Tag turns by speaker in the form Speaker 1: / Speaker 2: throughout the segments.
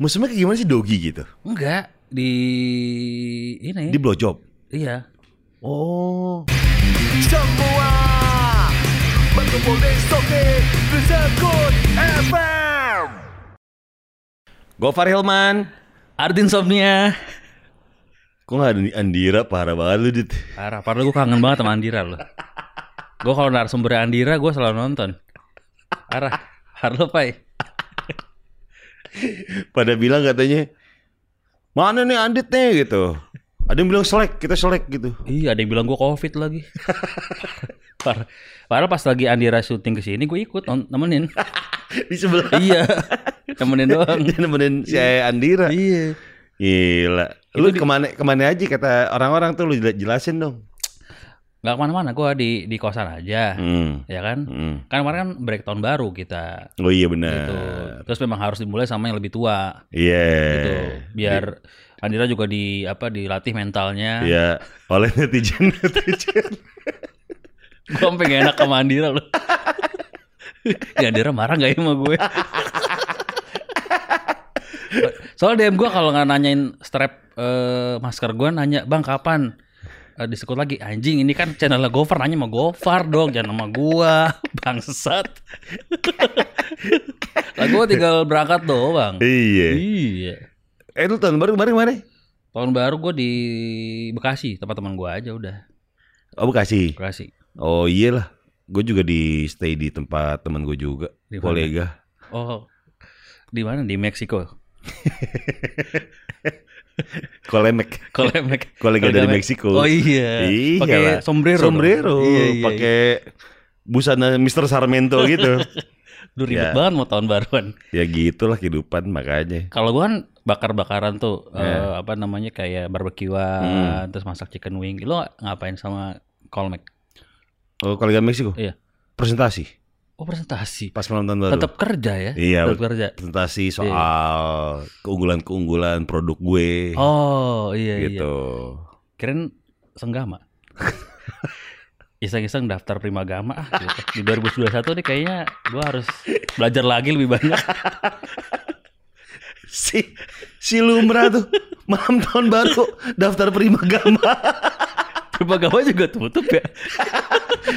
Speaker 1: Musuhnya kayak gimana sih Dogi gitu?
Speaker 2: Enggak di ini.
Speaker 1: Di blowjob.
Speaker 2: Iya.
Speaker 1: Oh.
Speaker 3: Semua berkumpul di Stoke Disebut FM
Speaker 1: Gofar Hilman.
Speaker 2: Ardin Somnia.
Speaker 1: Kok gak ada Andira parah banget lu dit.
Speaker 2: Parah, padahal gue kangen banget sama Andira loh. Gue kalau narasumber Andira gue selalu nonton. Parah, Harlo Pai.
Speaker 1: Pada bilang katanya mana nih Andit nih gitu. Ada yang bilang selek, kita selek gitu.
Speaker 2: Iya, ada yang bilang gue covid lagi. Parah. Parah pas lagi Andira syuting ke sini gue ikut non- nemenin.
Speaker 1: Di sebelah
Speaker 2: iya. Nemenin doang.
Speaker 1: dia nemenin si Andira.
Speaker 2: iya.
Speaker 1: Gila. Lu kemana kemana aja kata orang-orang tuh lu jela- jelasin dong.
Speaker 2: Gak kemana-mana, gue di di kosan aja,
Speaker 1: Hmm.
Speaker 2: ya kan?
Speaker 1: Hmm.
Speaker 2: Kan kemarin kan break tahun baru kita.
Speaker 1: Oh iya
Speaker 2: Gitu.
Speaker 1: benar.
Speaker 2: Terus memang harus dimulai sama yang lebih tua.
Speaker 1: Iya.
Speaker 2: Gitu. Biar Andira juga di apa dilatih mentalnya.
Speaker 1: Iya. Oleh netizen netizen.
Speaker 2: Gue sampe gak enak sama Andira loh. ya Andira marah gak ya sama gue? Soalnya DM gue kalau nggak nanyain strap eh, masker gue nanya bang kapan Eh, disekut lagi anjing ini kan channelnya Gofar nanya sama Gofar dong jangan sama gue bangsat. lah gue tinggal berangkat doang.
Speaker 1: iya.
Speaker 2: Iya.
Speaker 1: Eh lu tahun baru kemarin kemarin?
Speaker 2: Tahun baru gue di Bekasi tempat teman gue aja udah
Speaker 1: Oh Bekasi.
Speaker 2: Bekasi.
Speaker 1: Oh iyalah. Gue juga di stay di tempat teman gue juga.
Speaker 2: Di mana?
Speaker 1: kolega.
Speaker 2: Oh di mana di Meksiko?
Speaker 1: Kolemek.
Speaker 2: Kolemek.
Speaker 1: Kolega dari Meksiko.
Speaker 2: Oh
Speaker 1: Iya.
Speaker 2: iya.
Speaker 1: lah.
Speaker 2: Pakai sombrero. dong.
Speaker 1: Sombrero.
Speaker 2: Iya, iya,
Speaker 1: Pakai busana Mr. Sarmento gitu.
Speaker 2: iya. Duh
Speaker 1: Ya.
Speaker 2: ribet banget mau tahun baruan.
Speaker 1: ya gitulah kehidupan makanya.
Speaker 2: Kalau gua kan bakar-bakaran tuh eh,
Speaker 1: Ya. Hmm.
Speaker 2: apa namanya kayak barbekyuan, terus masak chicken wing. Lo ngapain sama Kolmek?
Speaker 1: Oh kolega Meksiko.
Speaker 2: Iya.
Speaker 1: Presentasi
Speaker 2: Oh presentasi.
Speaker 1: pas malam tahun baru.
Speaker 2: Tetap kerja ya?
Speaker 1: Iya,
Speaker 2: Tetap kerja.
Speaker 1: presentasi soal keunggulan-keunggulan produk gue
Speaker 2: Oh iya iya.
Speaker 1: gitu.
Speaker 2: Keren senggama. Iseng-iseng daftar primagama ah gitu. Di 2021 nih kayaknya gua harus belajar lagi lebih banyak.
Speaker 1: Si si Lumra tuh malam tahun baru daftar prima gama
Speaker 2: Primagama juga tutup ya.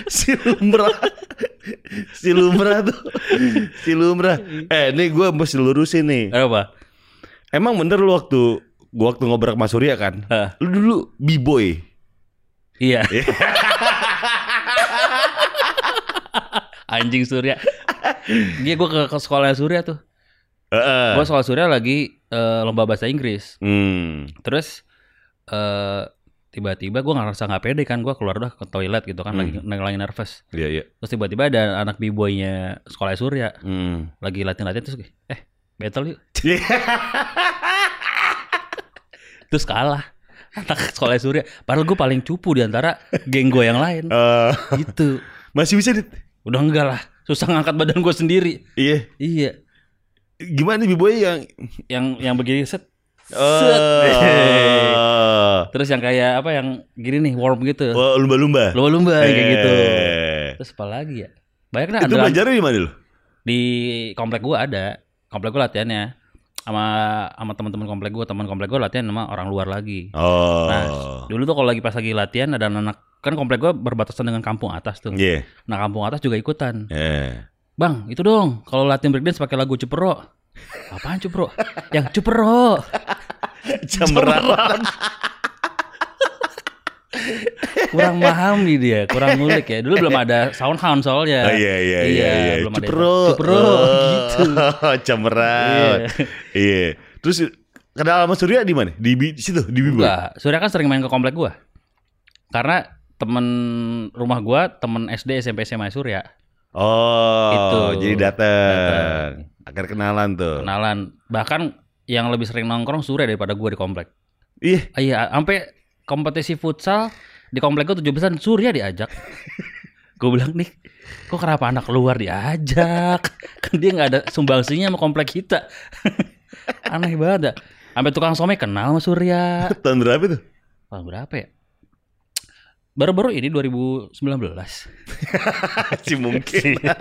Speaker 1: si Lumra si Lumra tuh si Lumra eh nih gue mesti lurusin nih
Speaker 2: Apa?
Speaker 1: emang bener lu waktu gua waktu ngobrol sama Surya kan
Speaker 2: Hah.
Speaker 1: lu dulu b-boy
Speaker 2: Iya. Anjing Surya. Dia gue ke, ke sekolah Surya tuh.
Speaker 1: Heeh.
Speaker 2: Gue sekolah Surya lagi eh, lomba bahasa Inggris.
Speaker 1: hmm.
Speaker 2: Terus eh tiba-tiba gue ngerasa nggak pede kan. Gue keluar dah ke toilet gitu kan. Lagi,
Speaker 1: Hmm.
Speaker 2: lagi nervous.
Speaker 1: iya iya
Speaker 2: Terus tiba-tiba ada anak b-boynya sekolah Surya.
Speaker 1: hmm.
Speaker 2: Lagi latihan-latihan terus gue, eh battle yuk. Terus kalah. Anak sekolah Surya. Padahal gue paling cupu di antara geng gue yang lain.
Speaker 1: Eh,
Speaker 2: gitu.
Speaker 1: masih bisa dit
Speaker 2: Udah enggak lah, susah ngangkat badan gue sendiri.
Speaker 1: iya
Speaker 2: Iya,
Speaker 1: gimana b-boy yang
Speaker 2: yang yang begini set, set.
Speaker 1: Eh,
Speaker 2: Terus yang kayak apa yang gini nih warm gitu,
Speaker 1: Wah, lumba-lumba.
Speaker 2: lumba-lumba kayak
Speaker 1: Eh,
Speaker 2: gitu. Terus apa lagi ya? Banyak dah
Speaker 1: Itu
Speaker 2: andalan.
Speaker 1: belajarnya di mana lu?
Speaker 2: di komplek gue ada, komplek gue latihannya sama sama teman-teman komplek gue, teman komplek gue latihan sama orang luar lagi.
Speaker 1: Oh.
Speaker 2: Nah, dulu tuh kalau lagi pas lagi latihan ada anak kan komplek gue berbatasan dengan kampung atas tuh.
Speaker 1: Iya.
Speaker 2: Nah kampung atas juga ikutan.
Speaker 1: Eh.
Speaker 2: Ya. Bang, itu dong. Kalau latihan breakdance pakai lagu Cupro. Apaan Cupro? Yang Cupro.
Speaker 1: Cemerlang.
Speaker 2: Kurang memahami dia, kurang ngulik ya. Dulu belum ada soundhound soalnya.
Speaker 1: Oh, iya iya iya iya.
Speaker 2: belum ada
Speaker 1: Cepro.
Speaker 2: itu. Cupro gitu.
Speaker 1: Cemerlang. Iya. Terus kenal sama Surya di mana? Di bi- situ, di Bibo.
Speaker 2: Enggak, Surya kan sering main ke komplek gua. Karena temen rumah gua, temen SD, SMP, SMA Surya.
Speaker 1: Oh,
Speaker 2: Itu.
Speaker 1: jadi
Speaker 2: Datang.
Speaker 1: datang. Agar kenalan tuh.
Speaker 2: Kenalan. Bahkan yang lebih sering nongkrong Surya daripada gua di komplek.
Speaker 1: Iya.
Speaker 2: Ah, Iya, sampai kompetisi futsal di komplek gua tujuh besar Surya diajak. Gue bilang nih, kok kenapa anak luar diajak? Kan dia nggak ada sumbangsinya sama komplek kita. Aneh banget. dah. Sampai tukang somai kenal sama Surya.
Speaker 1: Tahun berapa tuh?
Speaker 2: Tahun berapa ya? Baru-baru ini 2019.
Speaker 1: si mungkin
Speaker 2: Iya.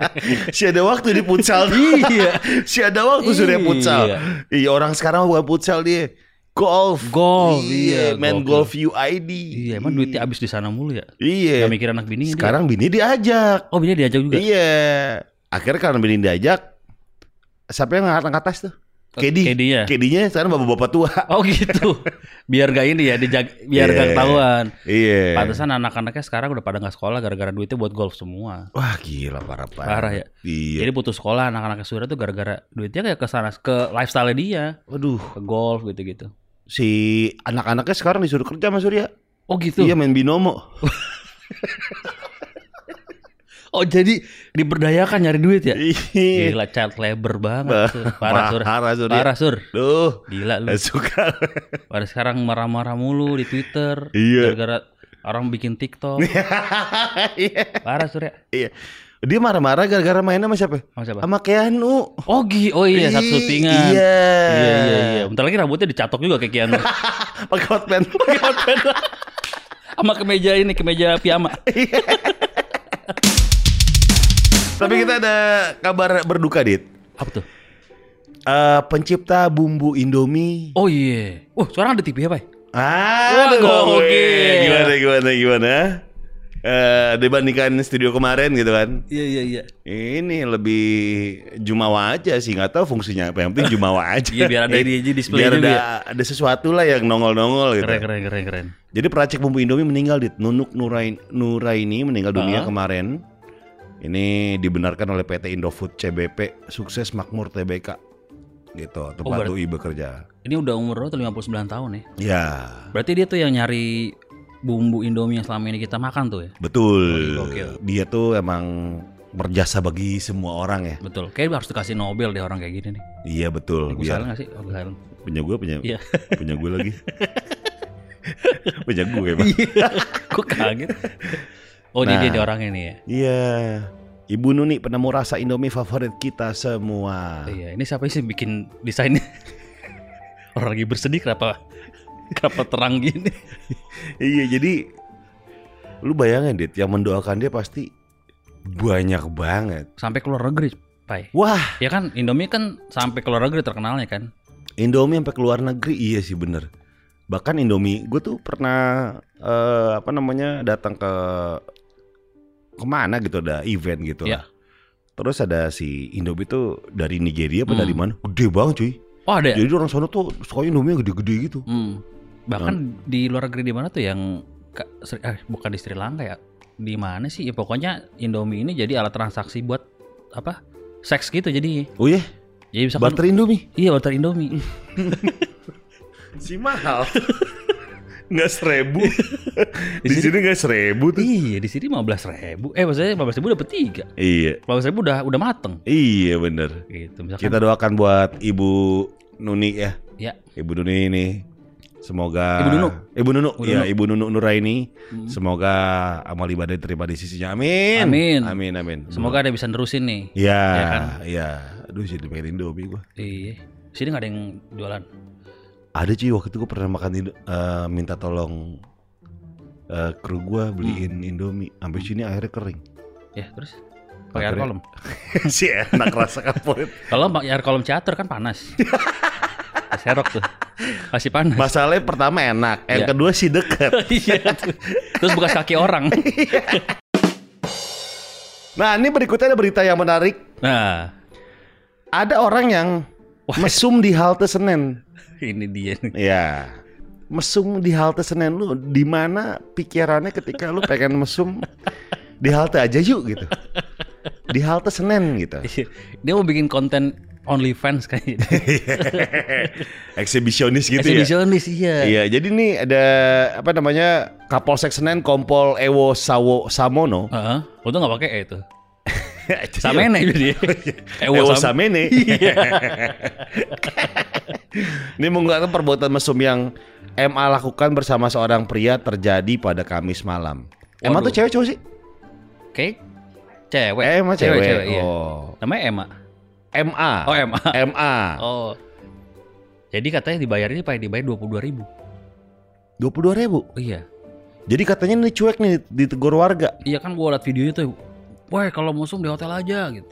Speaker 1: si ada waktu di futsal iya si ada waktu sudah futsal
Speaker 2: Iya.
Speaker 1: iya orang sekarang bukan futsal dia golf
Speaker 2: Golf, iya,
Speaker 1: main
Speaker 2: golf.
Speaker 1: golf UID
Speaker 2: Iya, emang duitnya habis di sana mulu ya.
Speaker 1: iya
Speaker 2: Gak mikir anak bini dia.
Speaker 1: sekarang bini diajak
Speaker 2: Oh, bini diajak juga.
Speaker 1: iya akhirnya karena bini diajak siapa yang ngangkat angkat tas tuh
Speaker 2: Oh,
Speaker 1: Kedi
Speaker 2: Kedinya.
Speaker 1: Kedinya sekarang bapak-bapak tua
Speaker 2: ya? Oh gitu. Biar gak ini ya, dijag- biar
Speaker 1: Iya.
Speaker 2: gak ketahuan.
Speaker 1: iya
Speaker 2: Pantesan anak-anaknya sekarang udah pada nggak sekolah gara-gara duitnya buat golf semua.
Speaker 1: wah gila parah parah,
Speaker 2: Parah ya.
Speaker 1: iya
Speaker 2: Jadi putus sekolah anak-anaknya Surya tuh gara-gara duitnya kayak ke sana ke lifestyle dia,
Speaker 1: waduh
Speaker 2: ke golf gitu-gitu.
Speaker 1: si anak-anaknya sekarang disuruh kerja sama Surya
Speaker 2: Oh gitu.
Speaker 1: iya main binomo
Speaker 2: Oh jadi diberdayakan nyari duit ya?
Speaker 1: iya
Speaker 2: Gila child labor banget. Sur. Parah sur.
Speaker 1: parah Surya
Speaker 2: Parah sur.
Speaker 1: Duh,
Speaker 2: Gila lu.
Speaker 1: nggak suka.
Speaker 2: Pada sekarang marah-marah mulu di Twitter.
Speaker 1: Iya.
Speaker 2: Gara-gara orang bikin TikTok.
Speaker 1: Iya.
Speaker 2: Parah ya. Surya.
Speaker 1: Iya. Dia marah-marah gara-gara main sama siapa?
Speaker 2: Sama siapa?
Speaker 1: Sama Keanu.
Speaker 2: Oh, gi- oh iya, satu
Speaker 1: Ih,
Speaker 2: syutingan.
Speaker 1: Iya.
Speaker 2: Iya, iya, iya. Bentar lagi rambutnya dicatok juga kayak Keanu.
Speaker 1: Pakai hotman.
Speaker 2: Sama kemeja ini, kemeja piyama.
Speaker 1: Tapi kita ada kabar berduka, Dit.
Speaker 2: Apa tuh?
Speaker 1: Eh, pencipta bumbu Indomie.
Speaker 2: Oh iya. Wah, sekarang ada TV apa ya?
Speaker 1: Ah,
Speaker 2: Wah, gokil.
Speaker 1: Gimana, gimana, gimana? Eh, dibandingkan studio kemarin gitu kan.
Speaker 2: Iya, iya, iya.
Speaker 1: Ini lebih jumawa aja sih, nggak tahu fungsinya apa. Yang penting jumawa aja.
Speaker 2: Iya, biar ada ini aja display
Speaker 1: Biar
Speaker 2: juga ya.
Speaker 1: ada, ada sesuatu lah yang nongol-nongol gitu.
Speaker 2: Keren, keren, keren, keren.
Speaker 1: Jadi peracik bumbu Indomie meninggal di Nunuk Nurain, Nuraini meninggal dunia
Speaker 2: Ah.
Speaker 1: kemarin. Ini dibenarkan oleh PT Indofood CBP sukses makmur TBK gitu tempat
Speaker 2: berarti-
Speaker 1: UI bekerja.
Speaker 2: Ini udah umur lo tuh 59 tahun ya.
Speaker 1: Ya
Speaker 2: Berarti dia tuh yang nyari bumbu Indomie yang selama ini kita makan tuh ya.
Speaker 1: betul.
Speaker 2: Gokil.
Speaker 1: Dia tuh emang berjasa bagi semua orang ya.
Speaker 2: Betul. Kayak harus dikasih Nobel deh orang kayak gini nih.
Speaker 1: Iya betul.
Speaker 2: Gue
Speaker 1: Biar
Speaker 2: salah nggak sih? Oh, gue salah.
Speaker 1: punya gue punya
Speaker 2: Iya.
Speaker 1: punya gue lagi. punya gue emang.
Speaker 2: Iya. Gue kaget. Oh,
Speaker 1: Nah.
Speaker 2: jadi dia orangnya nih ya.
Speaker 1: Iya. Ibu Nuni penemu rasa Indomie favorit kita semua.
Speaker 2: Iya, ini siapa sih bikin desainnya? Orang lagi bersedih kenapa kenapa terang gini?
Speaker 1: Iya jadi lu bayangin Dit yang mendoakan dia pasti banyak banget.
Speaker 2: Sampai keluar negeri, Pai.
Speaker 1: Wah,
Speaker 2: Ya kan Indomie kan sampai keluar negeri terkenalnya kan.
Speaker 1: Indomie sampai keluar negeri iya sih bener. Bahkan Indomie, gue tuh pernah eh, apa namanya datang ke kemana gitu ada event gitu lah. Terus ada si Indomie tuh dari Nigeria apa
Speaker 2: Hmm.
Speaker 1: dari mana? Gede banget cuy.
Speaker 2: Oh, ada. ya?
Speaker 1: Jadi orang sana tuh sukanya Indomie gede-gede gitu.
Speaker 2: Hmm. Bahkan di luar negeri di mana tuh yang Ka- Sri- eh, bukan di Sri Lanka ya? Di mana sih? Ya, pokoknya Indomie ini jadi alat transaksi buat apa? Seks gitu jadi.
Speaker 1: Oh iya,
Speaker 2: Jadi bisa
Speaker 1: barter Indomie.
Speaker 2: Iya, barter Indomie.
Speaker 1: Si mahal. Nggak seribu. Di sini nggak seribu tuh.
Speaker 2: iya, di sini 15.000. Eh, maksudnya 15.000 dapat 3.
Speaker 1: Iya.
Speaker 2: 15.000 udah udah mateng
Speaker 1: Iya bener
Speaker 2: gitu. Misalkan
Speaker 1: Kita doakan buat Ibu Nuni ya
Speaker 2: ya
Speaker 1: Ibu Nuni ini Semoga
Speaker 2: Ibu Nunu.
Speaker 1: Ibu Nunu
Speaker 2: Ibu
Speaker 1: Iya
Speaker 2: Nunu.
Speaker 1: Ibu Nunu Nuraini
Speaker 2: Hmm.
Speaker 1: Semoga amal ibadah diterima di sisinya Amin
Speaker 2: Amin.
Speaker 1: Amin amin
Speaker 2: Semoga ada yang bisa nerusin nih.
Speaker 1: Iya
Speaker 2: Ya kan?
Speaker 1: Iya Aduh jadi pengen Indomie gua
Speaker 2: Iya. Sini nggak ada yang jualan.
Speaker 1: Ada cuy waktu itu gua pernah makan Indo- eh, Minta tolong eh, Kru gua beliin
Speaker 2: Hmm.
Speaker 1: Indomie Sampai sini akhirnya kering
Speaker 2: Ya terus pakai air
Speaker 1: Akhirnya-
Speaker 2: kolom.
Speaker 1: Si enak rasa kaporit
Speaker 2: Kalau pakai air kolom catur kan panas. Serok tuh. Masih panas.
Speaker 1: Masalahnya pertama enak Yang
Speaker 2: Iya.
Speaker 1: kedua sih deket
Speaker 2: Iya tuh. Terus bekas kaki orang.
Speaker 1: Nah ini berikutnya ada berita yang menarik
Speaker 2: Nah,
Speaker 1: ada orang yang mesum di halte Senen.
Speaker 2: ini dia nih.
Speaker 1: Ya. Mesum di halte Senen lu di mana pikirannya ketika lu pengen mesum di halte aja yuk gitu. Di halte Senen gitu.
Speaker 2: Dia mau bikin konten OnlyFans kayaknya.
Speaker 1: Eksibisionis gitu ya.
Speaker 2: Exhibitionist iya.
Speaker 1: Iya, jadi nih ada apa namanya Kapolsek Senen Kompol Ewo Sawo Samono.
Speaker 2: Heeh. Lo tuh nggak pakai E itu.
Speaker 1: Iya. Jadi-
Speaker 2: Samene itu
Speaker 1: Iya.
Speaker 2: dia.
Speaker 1: Ewo
Speaker 2: Sam-
Speaker 1: Samene.
Speaker 2: Iya.
Speaker 1: Ini menggunakan perbuatan mesum yang MA lakukan bersama seorang pria terjadi pada Kamis malam. Emang
Speaker 2: Waduh.
Speaker 1: tuh cewek cowok sih?
Speaker 2: Oke. Cewek.
Speaker 1: Eh, emang cewek.
Speaker 2: iya.
Speaker 1: Oh.
Speaker 2: Namanya Emma.
Speaker 1: MA.
Speaker 2: Oh, Emma.
Speaker 1: MA.
Speaker 2: Oh. Jadi katanya dibayarnya pakai dibayar 22.000 ribu.
Speaker 1: Dua ribu.
Speaker 2: Iya.
Speaker 1: Jadi katanya ini cuek nih ditegur warga.
Speaker 2: Iya kan gua liat videonya tuh, wah kalau musim di hotel aja gitu.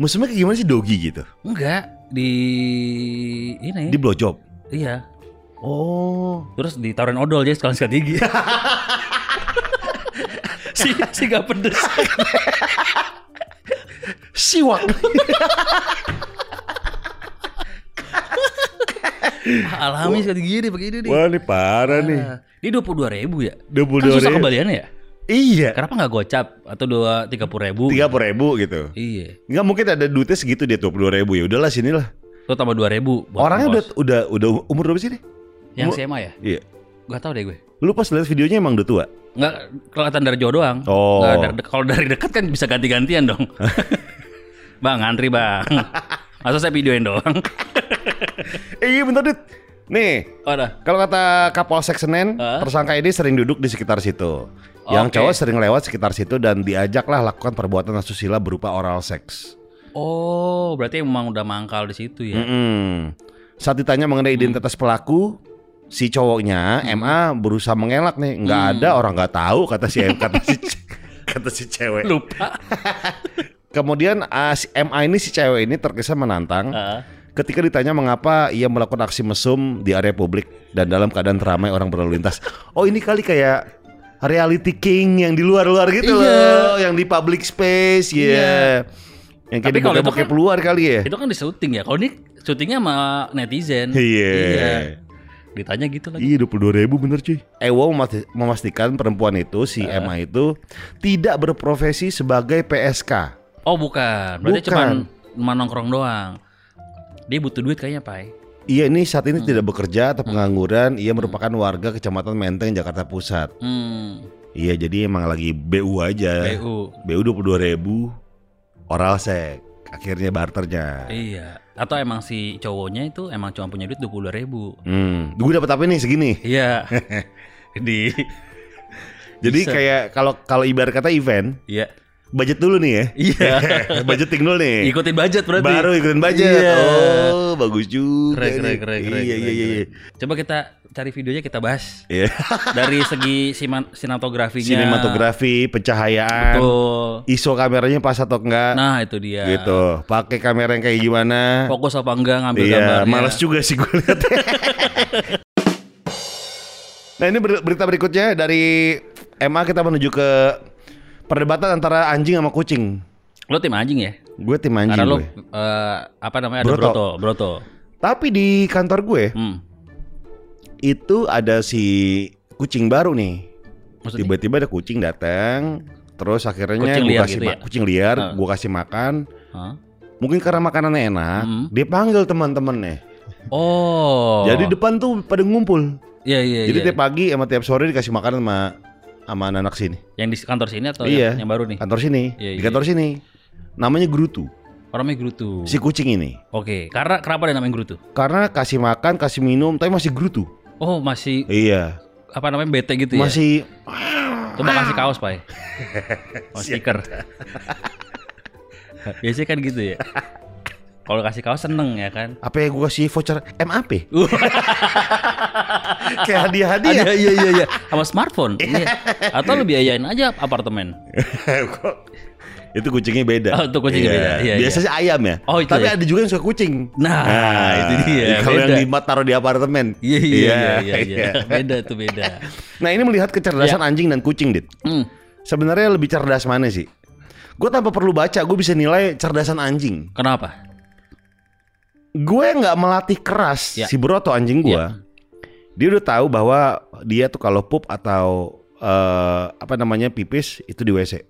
Speaker 1: Musuhnya kayak gimana sih Dogi gitu?
Speaker 2: Hmm? Enggak di ini.
Speaker 1: Di blowjob.
Speaker 2: Iya.
Speaker 1: Oh.
Speaker 2: Terus ditaruhin odol aja sekalian sikat gigi. si si gak pedes.
Speaker 1: Siwak.
Speaker 2: Alami sikat gigi nih pakai ini nih.
Speaker 1: Wah ini parah nih.
Speaker 2: Ini dua puluh dua ribu ya. Ah. Kan
Speaker 1: 22
Speaker 2: susah
Speaker 1: ribu.
Speaker 2: kembaliannya ya.
Speaker 1: Iya.
Speaker 2: Kenapa nggak gocap atau dua tiga puluh ribu?
Speaker 1: Tiga puluh ribu gitu.
Speaker 2: Iya.
Speaker 1: Nggak mungkin ada duitnya segitu dia dua puluh ribu ya. Udahlah sinilah.
Speaker 2: Lo tambah dua ribu.
Speaker 1: Orangnya udah udah udah umur berapa sih nih?
Speaker 2: yang
Speaker 1: umur-
Speaker 2: SMA ya.
Speaker 1: Iya.
Speaker 2: Gak tau deh gue.
Speaker 1: Lu pas lihat videonya emang udah tua.
Speaker 2: Nggak kelihatan dari jauh doang.
Speaker 1: Oh.
Speaker 2: Nggak dari- kalau dari dekat kan bisa ganti-gantian dong. bang, antri bang. Masa saya videoin doang.
Speaker 1: Eh, iya bentar dit. Nih,
Speaker 2: Oh, dah.
Speaker 1: kalau kata Kapolsek Senen,
Speaker 2: Hah?
Speaker 1: tersangka ini sering duduk di sekitar situ. Yang
Speaker 2: Oke.
Speaker 1: cowok sering lewat sekitar situ dan diajaklah lakukan perbuatan asusila berupa oral seks.
Speaker 2: Oh, berarti emang udah mangkal di situ ya.
Speaker 1: Mm-mm. Saat ditanya mengenai identitas pelaku, si cowoknya MA berusaha mengelak nih, nggak
Speaker 2: Mm.
Speaker 1: ada orang nggak tahu kata si kata si kata si cewek.
Speaker 2: Lupa.
Speaker 1: Kemudian ah, si MA ini si cewek ini terkesan menantang
Speaker 2: Ah.
Speaker 1: ketika ditanya mengapa ia melakukan aksi mesum di area publik dan dalam keadaan ramai orang berlalu lintas. Oh ini kali kayak reality king yang di luar-luar gitu
Speaker 2: Iya.
Speaker 1: loh, yang di public space ya. Yang kayak
Speaker 2: Tapi kalau itu
Speaker 1: dibuka-buka
Speaker 2: kan-
Speaker 1: keluar kali ya.
Speaker 2: Itu kan di syuting ya. Kalau ini syutingnya sama netizen.
Speaker 1: Iya.
Speaker 2: Ditanya gitu lagi.
Speaker 1: Iya 22 ribu bener cuy Ah. Ewo memasti- Eh, memastikan perempuan itu si Emma itu Tidak berprofesi sebagai PSK
Speaker 2: Oh, bukan. Berarti
Speaker 1: Bukan.
Speaker 2: cuman cuma nongkrong doang. Dia butuh duit kayaknya, Pai.
Speaker 1: Ia ini saat ini tidak bekerja atau pengangguran Ia merupakan warga kecamatan Menteng Jakarta Pusat
Speaker 2: Hmm.
Speaker 1: Iya jadi emang lagi BU aja
Speaker 2: PU.
Speaker 1: BU 22 ribu Oral sek Akhirnya barternya
Speaker 2: Iya. Atau emang si cowoknya itu emang cuma punya duit 20 ribu.
Speaker 1: Hmm, gue dapat apa nih segini?
Speaker 2: Iya. di.
Speaker 1: Jadi
Speaker 2: Bisa.
Speaker 1: kayak kalau kalau ibarat kata event,
Speaker 2: Iya.
Speaker 1: budget dulu nih ya.
Speaker 2: Iya.
Speaker 1: budgeting dulu nih.
Speaker 2: Ikutin budget berarti.
Speaker 1: Baru ikutin budget.
Speaker 2: Iya.
Speaker 1: Oh, bagus juga.
Speaker 2: Keren, keren,
Speaker 1: nih.
Speaker 2: keren, keren,
Speaker 1: Iya, iya,
Speaker 2: keren,
Speaker 1: iya.
Speaker 2: keren. Coba kita cari videonya kita bahas.
Speaker 1: Iya.
Speaker 2: Dari segi siman- sinematografinya.
Speaker 1: Sinematografi, pencahayaan,
Speaker 2: Betul.
Speaker 1: ISO kameranya pas atau enggak
Speaker 2: Nah, itu dia.
Speaker 1: gitu. Pakai kamera yang kayak gimana?
Speaker 2: Fokus apa enggak ngambil
Speaker 1: Iya,
Speaker 2: gambarnya.
Speaker 1: males juga sih gue lihat. nah, ini ber- berita berikutnya dari MA kita menuju ke perdebatan antara anjing sama kucing.
Speaker 2: Lo tim anjing ya?
Speaker 1: Gue tim anjing
Speaker 2: Karena lo
Speaker 1: gue.
Speaker 2: eh, apa namanya ada
Speaker 1: Broto.
Speaker 2: broto, broto.
Speaker 1: Tapi di kantor gue
Speaker 2: Hmm.
Speaker 1: itu ada si kucing baru nih.
Speaker 2: Maksudnya?
Speaker 1: tiba-tiba ada kucing datang terus akhirnya
Speaker 2: Kucing
Speaker 1: gua
Speaker 2: liar
Speaker 1: kasih
Speaker 2: gitu
Speaker 1: ma-
Speaker 2: ya?
Speaker 1: kucing liar
Speaker 2: Ah.
Speaker 1: gua kasih makan
Speaker 2: Hah?
Speaker 1: mungkin karena makanannya enak
Speaker 2: Hmm.
Speaker 1: dia panggil teman-temannya
Speaker 2: Oh.
Speaker 1: jadi depan tuh pada ngumpul
Speaker 2: Iya iya
Speaker 1: jadi
Speaker 2: iya.
Speaker 1: tiap pagi sama tiap sore dikasih makan sama sama anak sini
Speaker 2: Yang di kantor sini atau
Speaker 1: Iya.
Speaker 2: yang, yang baru nih?
Speaker 1: kantor sini
Speaker 2: Iya,
Speaker 1: di
Speaker 2: iya.
Speaker 1: kantor sini namanya Grutu
Speaker 2: Orangnya Grutu.
Speaker 1: si kucing ini
Speaker 2: Oke, karena kenapa ada namanya Grutu?
Speaker 1: karena kasih makan kasih minum tapi masih Grutu
Speaker 2: Oh, masih
Speaker 1: iya
Speaker 2: apa namanya bete gitu ya?
Speaker 1: masih
Speaker 2: Coba kasih kaos, Pak. Oh, stiker. Biasanya kan gitu ya. Kalau kasih kaos seneng ya kan? Uh,
Speaker 1: apa ya gua kasih voucher MAP kayak hadiah-hadiah
Speaker 2: Ada, iya iya iya sama smartphone. Iya. Atau lu biayain aja apartemen.
Speaker 1: Kok? itu kucingnya beda.
Speaker 2: Oh, itu kucingnya beda. Iya,
Speaker 1: Biasanya ayam ya.
Speaker 2: Oh, itu
Speaker 1: Tapi
Speaker 2: ya.
Speaker 1: ada juga yang suka kucing.
Speaker 2: Nah, itu dia,
Speaker 1: Kalau yang
Speaker 2: beda.
Speaker 1: di taruh di apartemen.
Speaker 2: Iya iya iya iya.
Speaker 1: iya.
Speaker 2: iya. Ya. Beda tuh beda.
Speaker 1: Nah, ini melihat kecerdasan anjing dan kucing, Dit.
Speaker 2: Hmm.
Speaker 1: Sebenarnya lebih cerdas mana sih? Gue tanpa perlu baca, gue bisa nilai cerdasan anjing.
Speaker 2: Kenapa?
Speaker 1: Gue nggak melatih keras
Speaker 2: Ya.
Speaker 1: si Broto anjing gue. Dia udah tahu bahwa dia tuh kalau pup atau eh, apa namanya pipis itu di WC.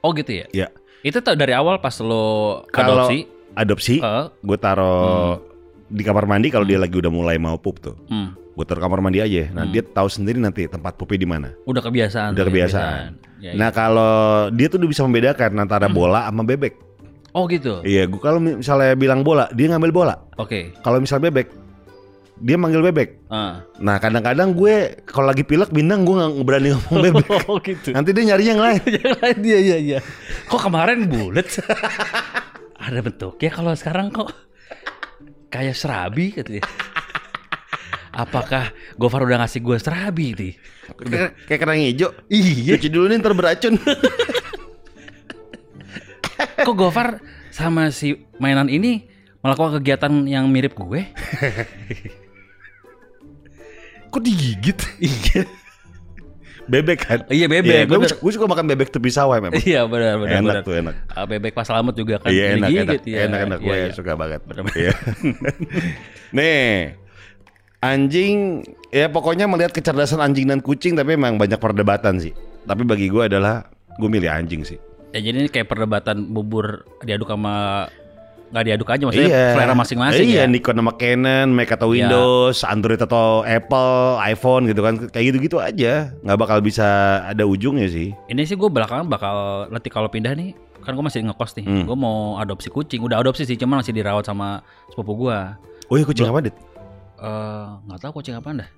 Speaker 2: Oh gitu ya.
Speaker 1: Ya.
Speaker 2: Itu tuh dari awal pas lo
Speaker 1: Kalau-
Speaker 2: adopsi.
Speaker 1: Adopsi,
Speaker 2: eh,
Speaker 1: gue taruh di kamar mandi kalau dia lagi udah mulai mau pup tuh.
Speaker 2: hmm,
Speaker 1: gue taruh kamar mandi aja. Nah dia tahu sendiri nanti tempat pupnya di mana.
Speaker 2: udah kebiasaan.
Speaker 1: Udah
Speaker 2: tuh,
Speaker 1: kebiasaan.
Speaker 2: Ya, Hmm.
Speaker 1: Nah kalau dia tuh udah bisa membedakan antara bola sama bebek.
Speaker 2: ya. Oh gitu.
Speaker 1: Iya, gue kalau misalnya bilang bola, dia ngambil bola.
Speaker 2: Oke.
Speaker 1: Kalau misalnya bebek, dia manggil bebek.
Speaker 2: Ah.
Speaker 1: Nah kadang-kadang gue kalau lagi pilek bintang gue nggak berani ngomong bebek.
Speaker 2: Oh gitu.
Speaker 1: Nanti dia nyari yang lain.
Speaker 2: Yang lain dia iya iya. Kok kemarin bulat? Ada ya bentuknya kalau sekarang kok kayak serabi katanya. gitu ya. Apakah Gofar udah ngasih gue serabi nih?
Speaker 1: Kayak kayak kerang hijau.
Speaker 2: Iya.
Speaker 1: Cuci dulu nih ntar beracun.
Speaker 2: Kok Gofar sama si mainan ini melakukan kegiatan yang mirip gue?
Speaker 1: Kok digigit? Iya. bebek kan?
Speaker 2: Iya, bebek,
Speaker 1: Iya, gue,
Speaker 2: bener.
Speaker 1: gue suka makan bebek tepi sawah memang.
Speaker 2: Iya benar benar.
Speaker 1: enak
Speaker 2: benar.
Speaker 1: tuh enak.
Speaker 2: Ah, Bebek pas selamat juga kan.
Speaker 1: Iya enak
Speaker 2: digigit,
Speaker 1: enak,
Speaker 2: iya.
Speaker 1: enak enak
Speaker 2: Iya,
Speaker 1: gue
Speaker 2: iya.
Speaker 1: suka banget. Iya. Nih anjing ya pokoknya melihat kecerdasan anjing dan kucing tapi memang banyak perdebatan sih. Tapi bagi gue adalah gue milih anjing sih.
Speaker 2: Ya jadi ini kayak perdebatan bubur diaduk sama nggak diaduk aja maksudnya selera masing-masing
Speaker 1: Iya,
Speaker 2: ya.
Speaker 1: Nikon sama Canon, Mac atau
Speaker 2: Iya.
Speaker 1: Windows, Android atau Apple, iPhone gitu kan. Kayak gitu-gitu aja. nggak bakal bisa ada ujungnya sih.
Speaker 2: Ini sih gue belakangan bakal nanti kalau pindah nih kan gue masih ngekos nih.
Speaker 1: Hmm.
Speaker 2: Gue mau adopsi kucing. Udah adopsi sih cuman masih dirawat sama sepupu gue.
Speaker 1: Oh iya kucing apa, Dit?
Speaker 2: Eh nggak tahu kucing apa dah.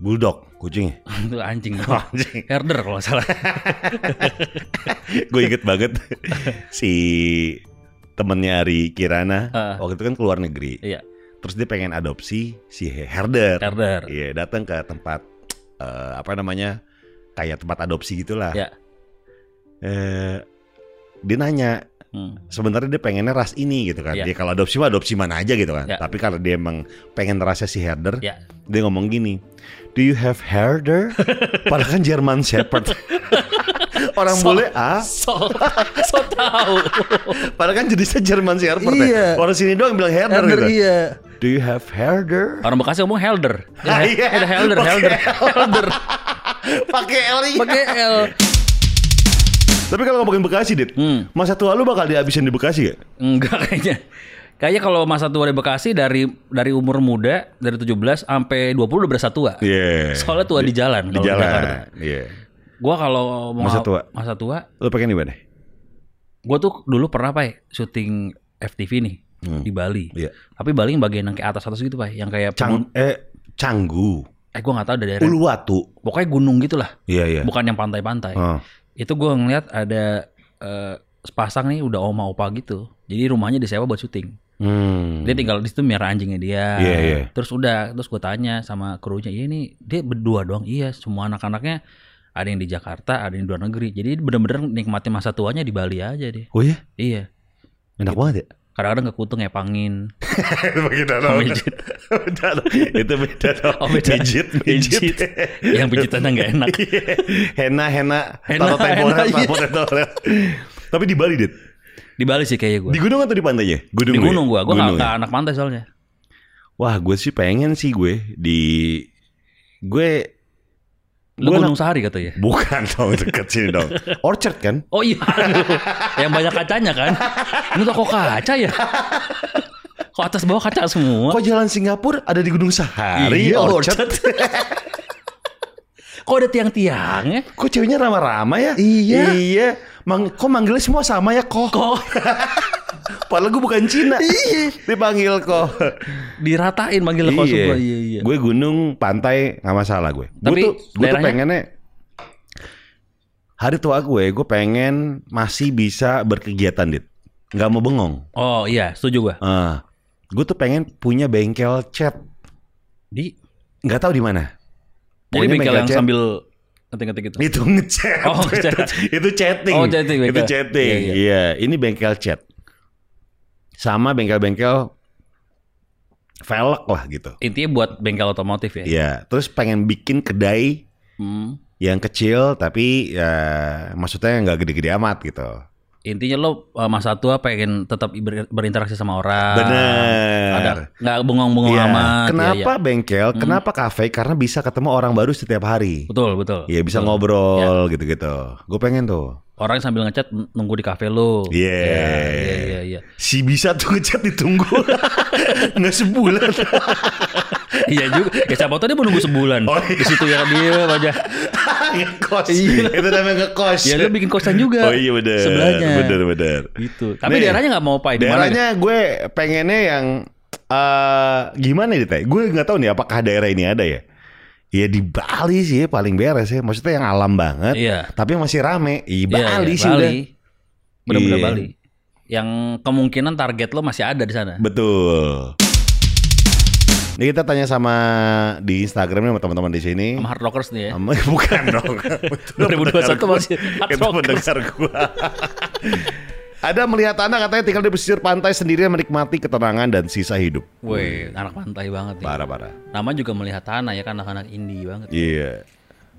Speaker 1: Bulldog kucingnya.
Speaker 2: Itu anjing.
Speaker 1: Oh, Anjing.
Speaker 2: Herder kalau nggak salah.
Speaker 1: gue inget banget si temennya Ari Kirana
Speaker 2: Heeh.
Speaker 1: waktu itu kan keluar negeri
Speaker 2: Iya.
Speaker 1: terus dia pengen adopsi si herder
Speaker 2: Herder.
Speaker 1: iya datang ke tempat eh, apa namanya kayak tempat adopsi gitulah
Speaker 2: Iya.
Speaker 1: eh dia nanya
Speaker 2: Hmm.
Speaker 1: sebenarnya dia pengennya ras ini gitu kan
Speaker 2: Iya.
Speaker 1: dia kalau adopsi mah adopsi mana aja gitu kan
Speaker 2: Iya.
Speaker 1: tapi kalau dia emang pengen rasnya si herder
Speaker 2: Iya.
Speaker 1: dia ngomong gini do you have herder padahal kan German Shepherd orang
Speaker 2: So-
Speaker 1: bule ah
Speaker 2: So, so tahu.
Speaker 1: Padahal kan jenisnya Jerman Shepherd
Speaker 3: Iya.
Speaker 1: ya. Orang sini doang bilang herder,
Speaker 3: Herder,
Speaker 1: gitu.
Speaker 3: iya.
Speaker 1: Do you have herder?
Speaker 2: Orang Bekasi ngomong helder.
Speaker 1: Ah,
Speaker 2: Ya,
Speaker 1: iya.
Speaker 2: ada helder,
Speaker 1: Pakai
Speaker 2: helder,
Speaker 1: L. Iya.
Speaker 2: helder.
Speaker 1: Pakai L iya.
Speaker 2: Pakai L.
Speaker 1: Tapi kalau ngomongin Bekasi, Dit.
Speaker 2: Hmm.
Speaker 1: Masa tua lu bakal dihabisin di Bekasi gak?
Speaker 2: Enggak kayaknya. Kayaknya kalau masa tua di Bekasi dari dari umur muda dari 17 sampai 20 udah berasa tua.
Speaker 1: Iya.
Speaker 2: Soalnya tua di jalan
Speaker 1: Di
Speaker 2: kalau Jakarta.
Speaker 1: jalan. Iya.
Speaker 2: Gua kalau mau
Speaker 1: Masa tua.
Speaker 2: masa tua,
Speaker 1: Lu pengen di mana?
Speaker 2: gua tuh dulu pernah Pak syuting FTV nih
Speaker 1: Hmm.
Speaker 2: di Bali.
Speaker 1: Iya.
Speaker 2: Tapi Bali yang bagian yang kayak atas-atas gitu, Pak, yang kayak pegun-
Speaker 1: Cang eh Canggu,
Speaker 2: eh gua nggak tahu dari daerah.
Speaker 1: Uluwatu.
Speaker 2: Pokoknya gunung gitulah,
Speaker 1: Iya, iya.
Speaker 2: bukan yang pantai-pantai.
Speaker 1: Oh.
Speaker 2: itu gue ngeliat ada eh, sepasang nih udah oma opa gitu jadi rumahnya disewa buat syuting
Speaker 1: Hmm.
Speaker 2: dia tinggal di situ miara anjingnya dia
Speaker 1: Iya, iya.
Speaker 2: terus udah terus gue tanya sama krunya iya nih dia berdua doang iya semua anak-anaknya ada yang di Jakarta ada yang di luar negeri jadi bener-bener nikmatin masa tuanya di Bali aja deh
Speaker 1: Oh iya,
Speaker 2: iya
Speaker 1: enak banget ya.
Speaker 2: kadang-kadang ke Kutung ngepangin
Speaker 1: Beda dong.
Speaker 2: pangin
Speaker 1: Beda dong. Itu beda dong.
Speaker 2: Oh, beda.
Speaker 1: Mijit,
Speaker 2: Mijit. yang pijitannya nggak enak
Speaker 1: Hena, hena,
Speaker 2: Henna,
Speaker 1: taruh temporer,
Speaker 2: henna, iya.
Speaker 1: taruh temporer. Tapi di Bali, Dit.
Speaker 2: di Bali sih kayaknya gue
Speaker 1: Di gunung atau di pantainya? Gunung.
Speaker 2: di
Speaker 1: lu ya?
Speaker 2: gunung gue gue
Speaker 1: Gunung ya?
Speaker 2: nggak anak pantai soalnya
Speaker 1: Wah, gue sih pengen sih gue di gue
Speaker 2: lu
Speaker 1: Gua
Speaker 2: gunung sehari kata ya
Speaker 1: bukan dong deket sini dong. Orchard kan?
Speaker 2: Oh iya, aduh. yang banyak kacanya kan? Ini toko kaca ya? Kok atas bawah kaca semua?
Speaker 1: Kok jalan Singapura ada di Gunung Sahari?
Speaker 2: Iya,
Speaker 1: orchard.
Speaker 2: Kok ada ya? tiang-tiangnya?
Speaker 1: Kok ceweknya rama-rama ya?
Speaker 3: Iya.
Speaker 1: Iya. Mang, kok manggilnya semua sama ya kok? Kok? Padahal gue bukan Cina. Iya. Dipanggil kok.
Speaker 2: Diratain manggil kok semua. Iya, iya.
Speaker 1: Gue gunung, pantai nggak masalah gue. Gue
Speaker 2: Tapi
Speaker 1: tuh, gue tuh
Speaker 2: daerahnya?
Speaker 1: pengennya hari tua gue, gue pengen masih bisa berkegiatan dit, nggak mau bengong.
Speaker 2: Oh iya, setuju gua.
Speaker 1: Ah, gue tuh pengen punya bengkel cat,
Speaker 2: Di
Speaker 1: nggak tahu di mana.
Speaker 2: jadi
Speaker 1: Pokoknya
Speaker 2: bengkel yang
Speaker 1: cat.
Speaker 2: sambil ngetik-ngetik gitu.
Speaker 1: itu ngechat.
Speaker 2: Oh, ngecat.
Speaker 1: itu chatting.
Speaker 2: Oh, chatting,
Speaker 1: Itu
Speaker 2: bengkel.
Speaker 1: chatting.
Speaker 2: Iya,
Speaker 1: Iya, ini bengkel chat. Sama bengkel-bengkel velg lah gitu.
Speaker 2: Intinya buat bengkel otomotif ya.
Speaker 1: Iya, terus pengen bikin kedai
Speaker 2: Hmm.
Speaker 1: yang kecil tapi ya maksudnya nggak gede-gede amat gitu.
Speaker 2: Intinya lo eh, masa tua pengen tetap ber- berinteraksi sama orang.
Speaker 1: Bener.
Speaker 2: Ada nggak bengong-bengong
Speaker 1: Iya.
Speaker 2: Ah, amat. Iya,
Speaker 1: Kenapa
Speaker 2: iya.
Speaker 1: bengkel? Kenapa kafe? Karena bisa ketemu orang baru setiap hari.
Speaker 2: Betul, Iya. betul.
Speaker 1: Iya bisa
Speaker 2: Betul.
Speaker 1: ngobrol gitu-gitu. Gue pengen tuh.
Speaker 2: Orang sambil ngechat n- nunggu di kafe lo.
Speaker 1: Iya.
Speaker 2: Iya, iya, iya, iya.
Speaker 1: Si bisa tuh ngechat ditunggu nggak sebulan.
Speaker 2: Iya juga. Ya siapa tahu dia mau nunggu sebulan.
Speaker 1: Oh, iya.
Speaker 2: Di situ ya dia aja.
Speaker 1: ngekos.
Speaker 2: Iya.
Speaker 1: Itu namanya ngekos.
Speaker 2: Ya lu bikin kosan
Speaker 1: Oh
Speaker 2: juga.
Speaker 1: iya bener.
Speaker 2: Sebelahnya.
Speaker 1: Bener bener.
Speaker 2: Gitu. Tapi
Speaker 1: Nih,
Speaker 2: daerahnya nggak mau pai di mana? ya?
Speaker 1: Daerahnya gue pengennya yang eh gimana nih Teh? Gue nggak tahu nih apakah daerah ini ada ya. Ya di Bali sih paling beres ya. Maksudnya yang alam banget.
Speaker 2: Iya.
Speaker 1: Tapi yang masih rame. Ih,
Speaker 2: Iya, iya,
Speaker 1: Bali sih udah.
Speaker 2: Bener-bener
Speaker 1: Iya.
Speaker 2: Bali.
Speaker 1: Hmm.
Speaker 2: Yang kemungkinan target lo masih ada di sana.
Speaker 1: Betul. Ini kita tanya sama di Instagramnya sama teman-teman di sini.
Speaker 2: sama Hard Rockers nih ya.
Speaker 1: Sama- bukan dong. Itu
Speaker 2: 2021
Speaker 1: pendengar
Speaker 2: masih
Speaker 1: gua.
Speaker 2: Hard
Speaker 1: Itu
Speaker 2: Rockers.
Speaker 1: pendengar gua. Ada melihat anak katanya tinggal di pesisir pantai sendirian menikmati ketenangan dan sisa hidup.
Speaker 2: Iya. Woi, anak pantai banget nih.
Speaker 1: Parah-parah.
Speaker 2: Nama juga melihat tanah ya kan anak-anak indie banget.
Speaker 1: Iya.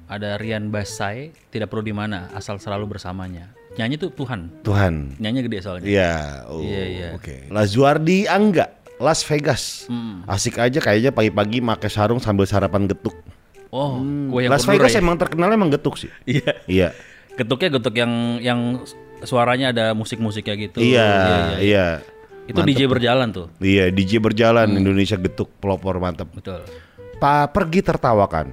Speaker 2: Ada Rian Basai, tidak perlu di mana, asal selalu bersamanya. Nyanyi tuh Tuhan.
Speaker 1: Tuhan.
Speaker 2: Nyanyi gede soalnya.
Speaker 1: Iya, oh,
Speaker 2: Iya, iya.
Speaker 1: Oke. Lazuardi Angga, Las Vegas.
Speaker 2: Hmm.
Speaker 1: Asik aja kayaknya pagi-pagi pakai sarung sambil sarapan getuk.
Speaker 2: Oh, kue
Speaker 1: Hmm.
Speaker 2: yang
Speaker 1: Las
Speaker 2: berduri.
Speaker 1: Vegas ya? emang terkenal emang getuk sih.
Speaker 2: Iya.
Speaker 1: Iya.
Speaker 2: Getuknya getuk yang yang suaranya ada musik-musiknya gitu.
Speaker 1: Iya, iya.
Speaker 2: Itu DJ berjalan tuh.
Speaker 1: Iya, DJ
Speaker 2: Hmm.
Speaker 1: berjalan Indonesia getuk pelopor mantep.
Speaker 2: Betul.
Speaker 1: Pak pergi tertawakan.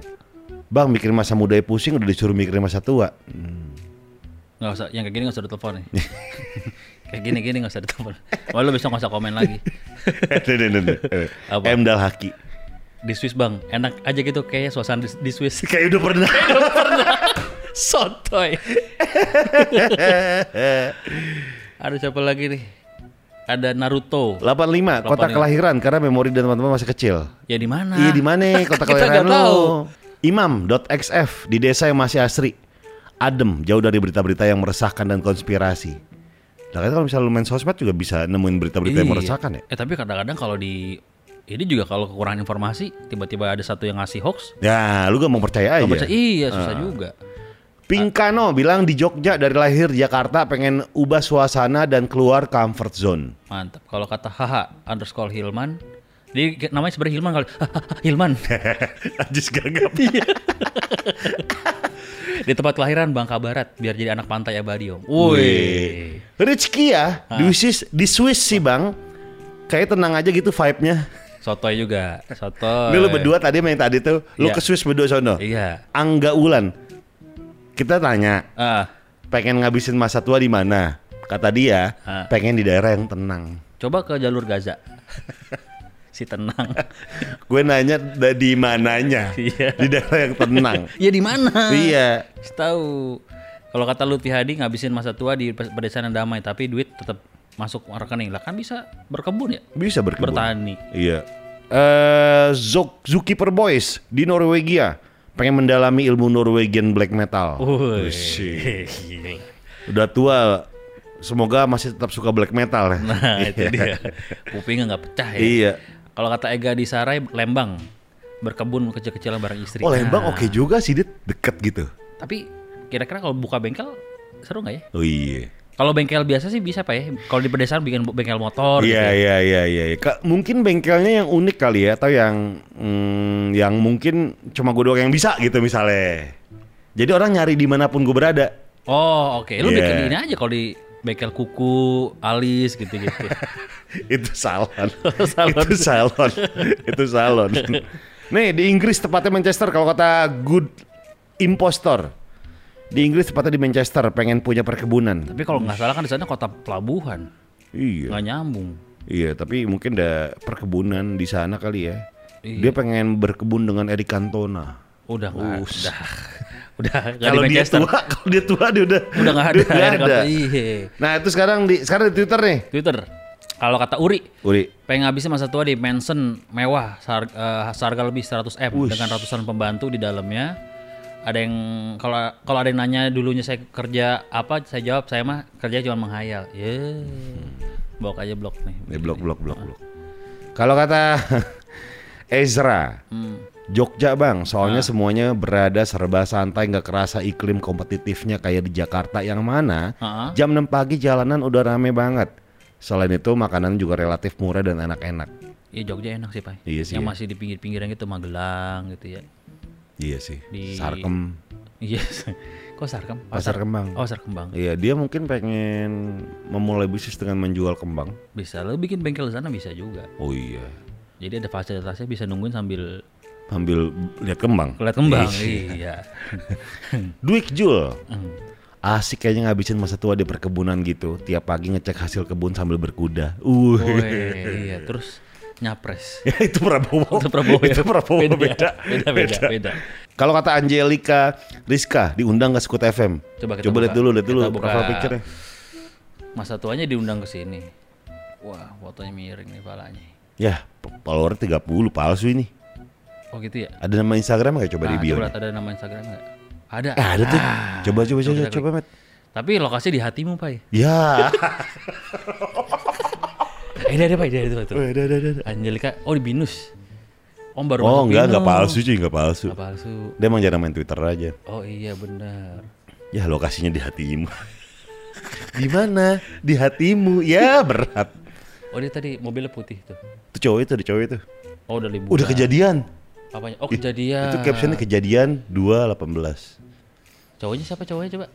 Speaker 1: Bang mikirin masa muda ya pusing udah disuruh mikirin masa tua. Hmm.
Speaker 2: Nggak usah, yang kayak gini nggak usah ditelepon nih. kayak gini-gini nggak usah ditelepon. Wah lu besok nggak usah komen lagi. Apa?
Speaker 1: M dal haki.
Speaker 2: Di Swiss bang, enak aja gitu kayaknya suasana di, di Swiss.
Speaker 1: Kayak udah pernah.
Speaker 2: Sotoy. Ada siapa lagi nih? Ada Naruto.
Speaker 1: 85, kota
Speaker 2: 85.
Speaker 1: kelahiran karena memori dan teman-teman masih kecil.
Speaker 2: Ya di mana?
Speaker 1: Iya di mana kota
Speaker 2: Kita
Speaker 1: kelahiran
Speaker 2: nggak tahu.
Speaker 1: lu? Imam.xf di desa yang masih asri. Adem, jauh dari berita-berita yang meresahkan dan konspirasi. Nah, kan kalau misalnya lu main sosmed juga bisa nemuin berita-berita yang
Speaker 2: Iya.
Speaker 1: meresahkan ya.
Speaker 2: Eh tapi kadang-kadang kalau di ini juga kalau kekurangan informasi tiba-tiba ada satu yang ngasih hoax.
Speaker 1: Ya, lu gak mau percaya aja.
Speaker 2: nggak percaya, iya susah
Speaker 1: Ah.
Speaker 2: juga.
Speaker 1: Pinkano bilang di Jogja dari lahir di Jakarta pengen ubah suasana dan keluar comfort zone.
Speaker 2: Mantap. Kalau kata haha underscore Hilman, dia kayak- namanya sebenarnya Hilman kali. Hilman.
Speaker 1: Ajis gagap.
Speaker 2: di tempat kelahiran Bangka Barat biar jadi anak pantai abadi om.
Speaker 1: Wih.
Speaker 2: Woi.
Speaker 1: Rizky ya,
Speaker 2: Ah.
Speaker 1: di Swiss, di Swiss sih bang. Kayak tenang aja gitu vibe-nya.
Speaker 2: Sotoy juga. Sotoy.
Speaker 1: Ini lu berdua tadi main tadi tuh, lu
Speaker 2: Oh, Iya.
Speaker 1: ke Swiss berdua sono.
Speaker 2: Iya.
Speaker 1: Angga Ulan. Kita tanya,
Speaker 2: Ah,
Speaker 1: pengen ngabisin masa tua di mana? Kata dia,
Speaker 2: Ah.
Speaker 1: pengen di daerah yang tenang.
Speaker 2: coba ke jalur Gaza. si tenang.
Speaker 1: Gue nanya da- di mananya?
Speaker 2: Iya.
Speaker 1: Di daerah yang tenang.
Speaker 2: ya di mana?
Speaker 1: iya.
Speaker 2: Tahu. Kalau kata Lutfi Hadi ngabisin masa tua di pes- pedesaan yang damai tapi duit tetap masuk rekening lah kan bisa berkebun ya
Speaker 1: Bisa berkebun.
Speaker 2: bertani
Speaker 1: Iya. Eh, Zok Zookeeper Boys di Norwegia pengen mendalami ilmu Norwegian black metal.
Speaker 2: Woi.
Speaker 1: Ush. Udah tua, semoga masih tetap suka black metal ya.
Speaker 2: Nah, itu dia. Kupingnya nggak pecah ya.
Speaker 1: Iya.
Speaker 2: Kalau kata Ega di Sarai, Lembang. Berkebun kecil-kecilan bareng istri.
Speaker 1: Oh Lembang
Speaker 2: Nah,
Speaker 1: oke juga sih, Dit. deket gitu.
Speaker 2: Tapi kira-kira kalau buka bengkel seru nggak ya?
Speaker 1: Oh iya.
Speaker 2: Kalau bengkel biasa sih bisa pak ya. Kalau di pedesaan bikin bengkel motor.
Speaker 1: Iya
Speaker 2: gitu ya.
Speaker 1: iya iya iya. Ka- Mungkin bengkelnya yang unik kali ya atau yang mm, yang mungkin cuma gue doang yang bisa gitu misalnya. Jadi orang nyari dimanapun gue berada.
Speaker 2: Oh oke, lu
Speaker 1: Iya.
Speaker 2: bikin ini aja kalau di bengkel kuku, alis gitu-gitu.
Speaker 1: Itu salon.
Speaker 2: Salon.
Speaker 1: Itu salon. Itu salon. Nih di Inggris tepatnya Manchester kalau kata good impostor. Di Inggris tepatnya di Manchester pengen punya perkebunan.
Speaker 2: Tapi kalau nggak salah kan di sana kota pelabuhan,
Speaker 1: Iya.
Speaker 2: nggak nyambung.
Speaker 1: Iya, tapi mungkin ada perkebunan di sana kali ya.
Speaker 2: Iya.
Speaker 1: Dia pengen berkebun dengan Eric Cantona.
Speaker 2: Udah nggak,
Speaker 1: Us.
Speaker 2: udah, udah nggak di
Speaker 1: kalau dia
Speaker 2: Manchester.
Speaker 1: tua kalau dia tua dia udah
Speaker 2: Udah nggak ada.
Speaker 1: dia nggak
Speaker 2: Eric
Speaker 1: ada.
Speaker 2: Cantona, iya.
Speaker 1: nah itu sekarang di sekarang di twitter nih
Speaker 2: Twitter. Kalau kata Uri,
Speaker 1: Uri
Speaker 2: pengen habisin masa tua di mansion mewah sehar- eh, seharga lebih 100 m
Speaker 1: Ush.
Speaker 2: dengan ratusan pembantu di dalamnya. Ada yang kalau kalau ada yang nanya dulunya saya kerja apa, saya jawab saya mah kerja cuma menghayal. Ya.
Speaker 1: Hmm.
Speaker 2: Blok aja blok nih.
Speaker 1: ini blok blok blok blok kalau kata Ezra
Speaker 2: Hmm,
Speaker 1: Jogja bang soalnya
Speaker 2: Ah.
Speaker 1: semuanya berada serba santai nggak kerasa iklim kompetitifnya kayak di Jakarta yang mana
Speaker 2: Ah.
Speaker 1: jam 6 pagi jalanan udah rame banget selain itu makanan juga relatif murah dan enak-enak
Speaker 2: Iya Jogja enak sih, Pak.
Speaker 1: Iya sih,
Speaker 2: yang
Speaker 1: ya.
Speaker 2: masih di pinggir-pinggiran gitu Magelang gitu ya.
Speaker 1: iya sih
Speaker 2: Di-
Speaker 1: sarkem
Speaker 2: Iya. Kok sarkem?
Speaker 1: Pasar Kembang.
Speaker 2: Oh, pasar kembang.
Speaker 1: iya dia mungkin pengen memulai bisnis dengan menjual kembang
Speaker 2: Bisa lo bikin bengkel di sana bisa juga.
Speaker 1: oh iya
Speaker 2: Jadi ada fasilitasnya bisa nungguin sambil
Speaker 1: ambil lihat kembang.
Speaker 2: lihat kembang. iya.
Speaker 1: Duik Jul.
Speaker 2: Hmm.
Speaker 1: Asik kayaknya ngabisin masa tua di perkebunan gitu. Tiap pagi ngecek hasil kebun sambil berkuda. Uh.
Speaker 2: Woi, iya. Terus nyapres.
Speaker 1: Ya, itu Prabowo.
Speaker 2: Itu Prabowo ya.
Speaker 1: Itu Prabowo beda.
Speaker 2: Beda, beda, beda, beda.
Speaker 1: Kalau kata Angelika Rizka diundang ke Scoot FM.
Speaker 2: Coba kita
Speaker 1: Coba lihat
Speaker 2: buka.
Speaker 1: dulu, lihat dulu
Speaker 2: Kita buka.
Speaker 1: profile picture-nya.
Speaker 2: Masa tuanya diundang ke sini. Wah, fotonya miring nih palanya.
Speaker 1: Ya, follower 30 palsu ini.
Speaker 2: Oh gitu ya.
Speaker 1: Ada nama Instagram nggak coba di
Speaker 2: Ah,
Speaker 1: bio?
Speaker 2: coba
Speaker 1: nih?
Speaker 2: lihat ada nama Instagram nggak? Ada.
Speaker 1: Ah, ada tuh. Coba coba
Speaker 2: Coba
Speaker 1: coba
Speaker 2: kita
Speaker 1: coba, Matt.
Speaker 2: Tapi lokasi di hatimu, Pai.
Speaker 1: Ya.
Speaker 2: Eh, ada ada Pai, ada ada tuh.
Speaker 1: Weh, dah, dah, dah, dah.
Speaker 2: Angelika, oh di Binus. Om baru
Speaker 1: Oh,
Speaker 2: masuk
Speaker 1: enggak enggak
Speaker 2: Binus.
Speaker 1: palsu cuy, enggak palsu.
Speaker 2: Nggak palsu.
Speaker 1: Dia emang jarang main Twitter aja.
Speaker 2: Oh iya benar.
Speaker 1: Ya, lokasinya di hatimu. di mana? Di hatimu. Ya, berat.
Speaker 2: Oh dia tadi mobilnya putih tuh.
Speaker 1: Tuh cowok itu, tuh cowok itu.
Speaker 2: Oh udah liburan.
Speaker 1: Udah kejadian.
Speaker 2: Apanya? Oh
Speaker 1: Ih,
Speaker 2: kejadian.
Speaker 1: Itu captionnya kejadian 218.
Speaker 2: Cowoknya siapa cowoknya coba?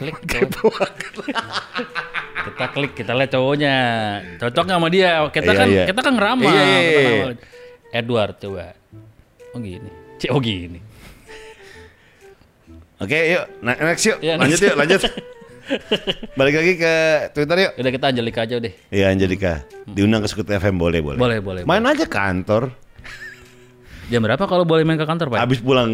Speaker 2: Klik cowok. kita klik, kita lihat cowoknya. Cocok nggak sama dia? Kita
Speaker 1: Iya,
Speaker 2: kan
Speaker 1: iya.
Speaker 2: kita kan ngeramal.
Speaker 1: Iya, iya,
Speaker 2: Kita
Speaker 1: iya.
Speaker 2: ngeramal. Edward coba. Oh gini. Cek oh gini.
Speaker 1: Oke, yuk. Na- Next yuk.
Speaker 2: Iya,
Speaker 1: lanjut
Speaker 2: next.
Speaker 1: yuk, lanjut. Balik lagi ke Twitter yuk.
Speaker 2: Udah kita Angelika aja deh.
Speaker 1: Iya Angelika, diundang ke Sekut FM boleh boleh.
Speaker 2: Boleh, boleh.
Speaker 1: Main aja kantor,
Speaker 2: Jam berapa kalau boleh main ke kantor, Pak?
Speaker 1: habis pulang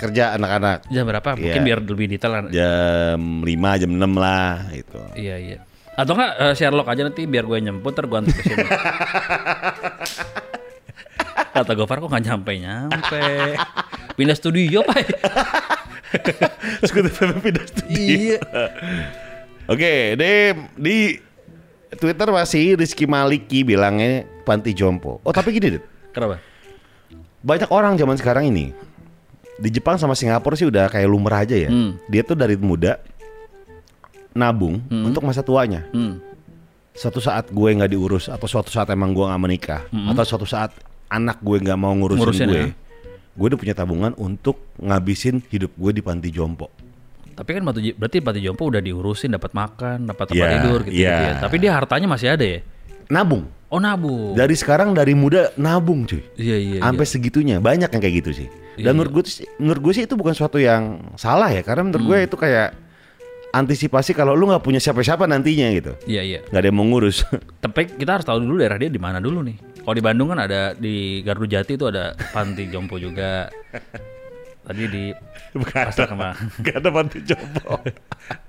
Speaker 1: kerja anak-anak
Speaker 2: Jam berapa? Mungkin
Speaker 1: Iya.
Speaker 2: biar lebih detail. Iya,
Speaker 1: jam 5 jam 6 lah gitu.
Speaker 2: iya. Atau enggak eh, Sherlock aja nanti biar gue nyemput ntar gue antar ke sini. Kata Gofar kok nggak nyampe-nyampe. Pindah studio, Pak.
Speaker 1: Sekut FM pindah studio.
Speaker 2: Iya.
Speaker 1: Oke, di di Twitter masih Rizky Maliki bilangnya panti jompo. Oh tapi gini deh,
Speaker 2: Kenapa?
Speaker 1: banyak orang zaman sekarang ini di Jepang sama Singapura sih udah kayak lumrah aja ya.
Speaker 2: Hmm.
Speaker 1: Dia tuh dari muda nabung untuk masa tuanya.
Speaker 2: Hmm.
Speaker 1: suatu saat gue nggak diurus atau suatu saat emang gue nggak menikah atau suatu saat anak gue nggak mau ngurusin,
Speaker 2: Hmm. Ngurusin,
Speaker 1: gue,
Speaker 2: ya.
Speaker 1: gue udah punya tabungan untuk ngabisin hidup gue di panti jompo.
Speaker 2: Tapi kan batu, berarti Pati Jompo udah diurusin, dapat makan, dapat tempat
Speaker 1: Iya,
Speaker 2: tidur gitu,
Speaker 1: iya.
Speaker 2: ya. Tapi dia hartanya masih ada ya.
Speaker 1: Nabung
Speaker 2: Oh nabung.
Speaker 1: dari sekarang dari muda nabung cuy,
Speaker 2: iya iya.
Speaker 1: sampai
Speaker 2: iya.
Speaker 1: segitunya banyak yang kayak gitu sih. Dan
Speaker 2: Iya.
Speaker 1: menurut gue sih- menurut gue sih itu bukan suatu yang salah ya karena menurut gue
Speaker 2: Hmm.
Speaker 1: itu kayak antisipasi kalau lu nggak punya siapa-siapa nantinya gitu,
Speaker 2: Iya iya.
Speaker 1: nggak ada yang mau ngurus.
Speaker 2: Tapi kita harus tahu dulu daerah dia di mana dulu nih. Kalau di Bandung kan ada di Gardu Jati itu ada panti jompo juga. Tadi di
Speaker 1: Bukan
Speaker 2: Pasar Kemang.
Speaker 1: Gak ada panti jompo.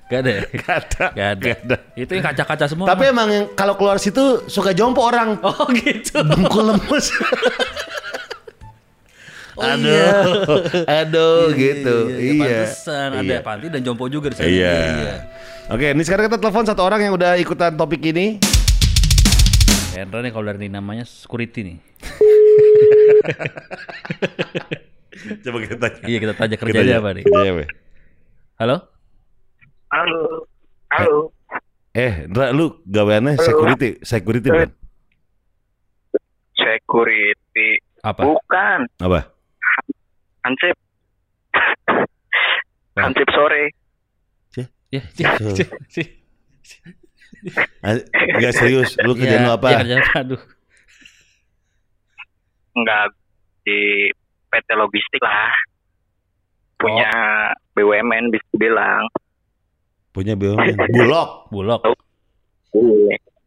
Speaker 2: Gak ada. ya?
Speaker 1: Gak ada.
Speaker 2: Gak ada.
Speaker 1: Gak ada.
Speaker 2: Itu yang kaca-kaca semua.
Speaker 1: Tapi emang yang kalau keluar situ suka jompo orang.
Speaker 2: oh gitu.
Speaker 1: bungkul lemes.
Speaker 2: Oh,
Speaker 1: aduh,
Speaker 2: iya.
Speaker 1: aduh gitu. Iya.
Speaker 2: Pantesan ada panti dan jompo juga di sana.
Speaker 1: Iya. Oke, ini sekarang kita telepon satu orang yang udah ikutan topik ini.
Speaker 2: Hendra nih kalau dari namanya security nih.
Speaker 1: Coba kita tanya.
Speaker 2: Iya kita tanya kerjanya apa nih.
Speaker 1: Kerjanya apa?
Speaker 2: Halo?
Speaker 4: Halo. Halo.
Speaker 1: Eh, Ndra, lu gaweannya security, security bukan?
Speaker 4: Security.
Speaker 2: Apa?
Speaker 4: Bukan.
Speaker 1: Apa?
Speaker 4: Hansip. Hansip sore.
Speaker 2: Ya, sih, sih, sih.
Speaker 1: Ah, Gak serius, lu kerjaan
Speaker 2: Ya,
Speaker 1: lu
Speaker 2: ya,
Speaker 1: apa?
Speaker 2: kerjaan apa? Aduh.
Speaker 4: Enggak di PT Logistik lah. Punya BUMN bisa bilang.
Speaker 1: Punya BUMN. Bulog.
Speaker 2: Bulog.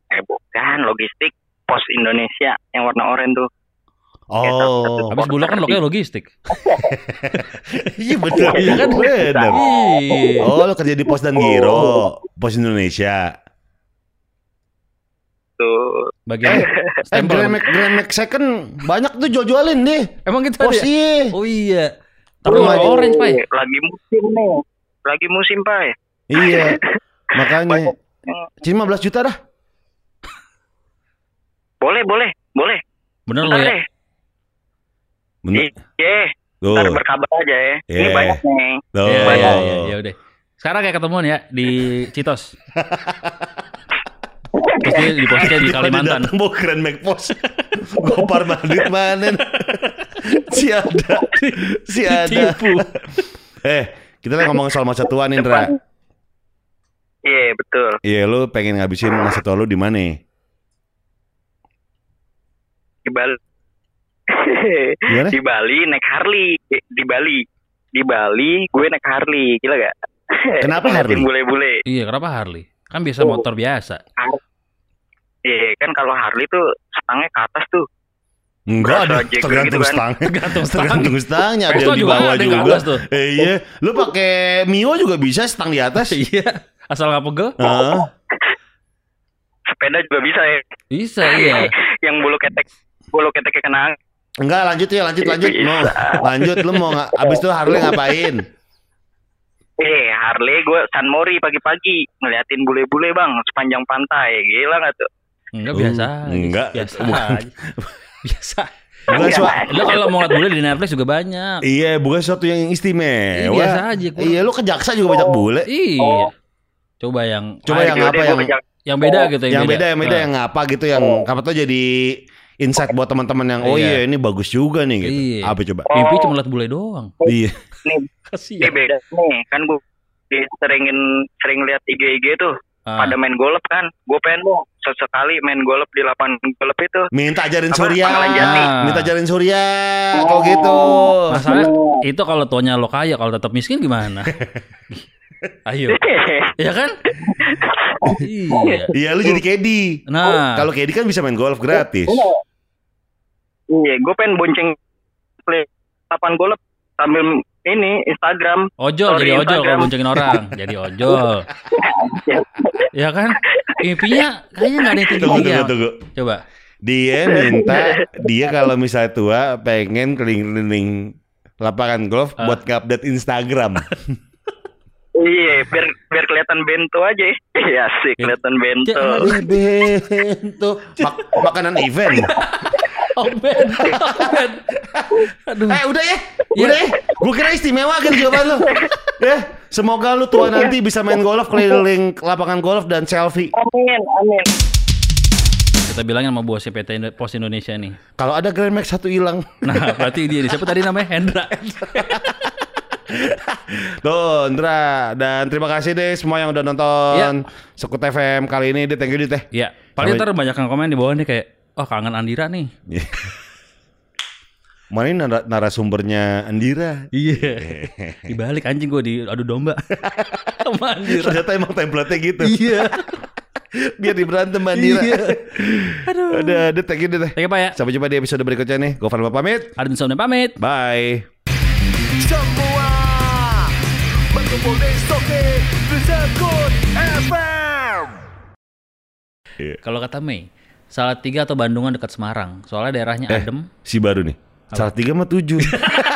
Speaker 4: Eh bukan logistik Pos Indonesia yang warna oranye tuh.
Speaker 1: Oh.
Speaker 2: Habis bulog kan loknya logistik.
Speaker 1: Iya bener.
Speaker 2: Oh,
Speaker 1: Iya kan bener.
Speaker 2: Iya.
Speaker 1: Oh, lu kerja di Pos dan Giro, Pos Indonesia.
Speaker 4: Tuh.
Speaker 2: Bagian
Speaker 1: Eh,
Speaker 2: stempel.
Speaker 1: Grand Mac, Grand Mac Second banyak tuh jual-jualin deh.
Speaker 2: Emang gitu
Speaker 1: Pos
Speaker 2: ada ya?
Speaker 1: iya.
Speaker 2: Oh iya. Tapi
Speaker 1: Perlu
Speaker 2: warna
Speaker 1: aja.
Speaker 2: orange, Pak. ya?
Speaker 4: Lagi musim nih. Lagi musim, Pak. ya?
Speaker 1: Iya. Makanya. Jadi 15 juta dah.
Speaker 4: Boleh, boleh, boleh.
Speaker 2: Bener lo
Speaker 4: Ntar
Speaker 2: ya.
Speaker 4: deh.
Speaker 1: Bener.
Speaker 4: Ye,
Speaker 1: Tuh.
Speaker 4: ntar berkabar aja ya. Ini
Speaker 1: Ye.
Speaker 4: banyak nih.
Speaker 1: Tuh.
Speaker 2: Iya, iya, iya, ya udah. Sekarang kayak ketemuan ya di Citos. Terus dia di posnya di
Speaker 1: Tiba-tiba
Speaker 2: Kalimantan.
Speaker 1: datang mau Grand Mac Pos. Gopar Madrid mana? nih? si ada. Si ada.
Speaker 2: Tipu.
Speaker 1: Eh, kita lagi ngomongin soal masa tua nih, Indra.
Speaker 4: Iya, betul.
Speaker 1: Iya, lu pengen ngabisin masa tua lu di mana?
Speaker 4: di Bali.
Speaker 1: Gimana?
Speaker 4: di Bali naik Harley di, di Bali. Di Bali gue naik Harley, gila gak?
Speaker 1: Kenapa Harley?
Speaker 4: Ngeliatin Bule-bule.
Speaker 2: Iya, kenapa Harley? Kan biasa motor biasa.
Speaker 4: Iya, kan kalau Harley tuh stangnya ke atas tuh.
Speaker 1: Enggak ada,
Speaker 4: Berasa jeger
Speaker 1: tergantung
Speaker 4: gitu kan.
Speaker 1: stang.
Speaker 2: Tergantung stang.
Speaker 1: Tergantung stangnya ada
Speaker 2: Vespa
Speaker 1: yang di
Speaker 2: juga
Speaker 1: bawah
Speaker 2: ada yang ke
Speaker 1: juga.
Speaker 2: atas tuh.
Speaker 1: Eh, iya, lu pakai Mio juga bisa stang di atas.
Speaker 2: Iya. Asal nggak pegel.
Speaker 1: Heeh.
Speaker 4: sepeda juga bisa ya.
Speaker 1: Oh,
Speaker 2: Bisa iya.
Speaker 4: yang bulu ketek bulu ketek kena
Speaker 1: Enggak lanjut ya lanjut lanjut mau
Speaker 4: Iya, Bisa.
Speaker 1: lanjut lu mau nggak abis itu Harley ngapain
Speaker 4: eh Harley gue San Mori pagi-pagi ngeliatin bule-bule bang sepanjang pantai gila nggak tuh
Speaker 2: Enggak
Speaker 1: Oh,
Speaker 2: biasa. Iya.
Speaker 1: enggak,
Speaker 2: Biasa.
Speaker 1: bukan.
Speaker 2: aja. biasa.
Speaker 1: bukan
Speaker 4: Iya,
Speaker 1: sua-
Speaker 2: Lo kalau mau ngeliat bule di Netflix juga banyak.
Speaker 1: iya bukan sesuatu yang
Speaker 2: Iya,
Speaker 1: istimewa
Speaker 2: biasa aja. gua.
Speaker 1: iya lu ke jaksa juga banyak bule
Speaker 2: Iya.
Speaker 4: Oh.
Speaker 2: Coba yang
Speaker 1: Coba
Speaker 4: Ah,
Speaker 1: yang
Speaker 4: yaudah,
Speaker 1: apa
Speaker 4: gua
Speaker 1: yang-
Speaker 4: kejar.
Speaker 2: yang beda gitu
Speaker 1: yang beda yang beda
Speaker 2: Nah.
Speaker 1: yang apa gitu yang
Speaker 4: Oh.
Speaker 1: apa tuh jadi insight buat teman-teman yang oh iya
Speaker 2: Iya.
Speaker 1: ini bagus juga nih gitu
Speaker 2: Iya.
Speaker 1: apa coba
Speaker 4: Oh.
Speaker 2: Mimpi cuma liat bule doang.
Speaker 1: iya
Speaker 4: ini
Speaker 2: Kasihan.
Speaker 4: beda nih kan gue seringin sering lihat IG-IG tuh
Speaker 2: Ah.
Speaker 4: pada main golep kan gue pengen mau sesekali main golep di lapangan golep itu
Speaker 1: minta ajarin
Speaker 4: Apa? Oh.
Speaker 1: Surya
Speaker 4: Pangeran Jati.
Speaker 1: minta ajarin Surya kalau gitu
Speaker 2: Masalah itu kalau tuanya lo kaya, kalau tetap miskin gimana? Ayo, ya kan? iya.
Speaker 1: iya lu jadi Kedi
Speaker 2: Nah,
Speaker 1: kalau Kedi kan bisa main golf gratis
Speaker 4: Oh, iya gue pengen bonceng play lapangan golep sambil ini Instagram
Speaker 2: ojol
Speaker 4: Sorry,
Speaker 2: jadi ojol
Speaker 4: Instagram.
Speaker 2: kalau boncengin orang, jadi ojol. ya kan? Mimpinya kayaknya nggak ada yang tinggi
Speaker 1: tunggu
Speaker 2: dia.
Speaker 1: tunggu tunggu
Speaker 2: Coba.
Speaker 1: dia minta dia kalau misalnya tua pengen keliling-keliling lapangan golf
Speaker 2: Ah.
Speaker 1: buat ngupdate Instagram
Speaker 4: iya biar biar kelihatan bento aja iya sih kelihatan bento
Speaker 1: Eh, bento Mak- makanan event
Speaker 2: Oh Ben, oh Ben. Aduh.
Speaker 1: Eh udah ya,
Speaker 2: Iya.
Speaker 1: udah ya. Gue kira istimewa kan jawaban lu. Ya, semoga lu tua nanti bisa main golf keliling lapangan golf dan selfie.
Speaker 4: amin amin
Speaker 2: Kita bilangin sama bosnya PT Indo- Pos Indonesia nih.
Speaker 1: Kalau ada Grand Max satu hilang.
Speaker 2: Nah, berarti dia nih. siapa tadi namanya Hendra.
Speaker 1: Tuh, Ndra. Dan terima kasih deh semua yang udah nonton Sekut FM kali ini. Deh, thank you ya. deh. teh.
Speaker 2: Iya, paling
Speaker 1: Sampai-
Speaker 2: ntar banyak yang komen di bawah nih kayak, oh kangen Andira nih.
Speaker 1: Iya. Mana ini nara- narasumbernya Andira?
Speaker 2: Iya. Dibalik anjing gue di adu domba. Sama Andira.
Speaker 1: Ternyata emang template-nya gitu.
Speaker 2: Iya.
Speaker 1: Biar diberantem Mbak Andira.
Speaker 2: Iya.
Speaker 1: Aduh. Udah, deh, thank you deh. teh.
Speaker 2: Oke Pak ya.
Speaker 1: Sampai jumpa di episode berikutnya nih. Gue Farma pamit.
Speaker 2: Arden Somne pamit.
Speaker 1: Bye.
Speaker 3: Semua berkumpul di Soke Rizakun FM
Speaker 2: Kalau kata Mei, Eh. Salatiga atau Bandungan dekat Semarang. Soalnya daerahnya adem.
Speaker 1: Si baru nih. Salah tiga mah tujuh.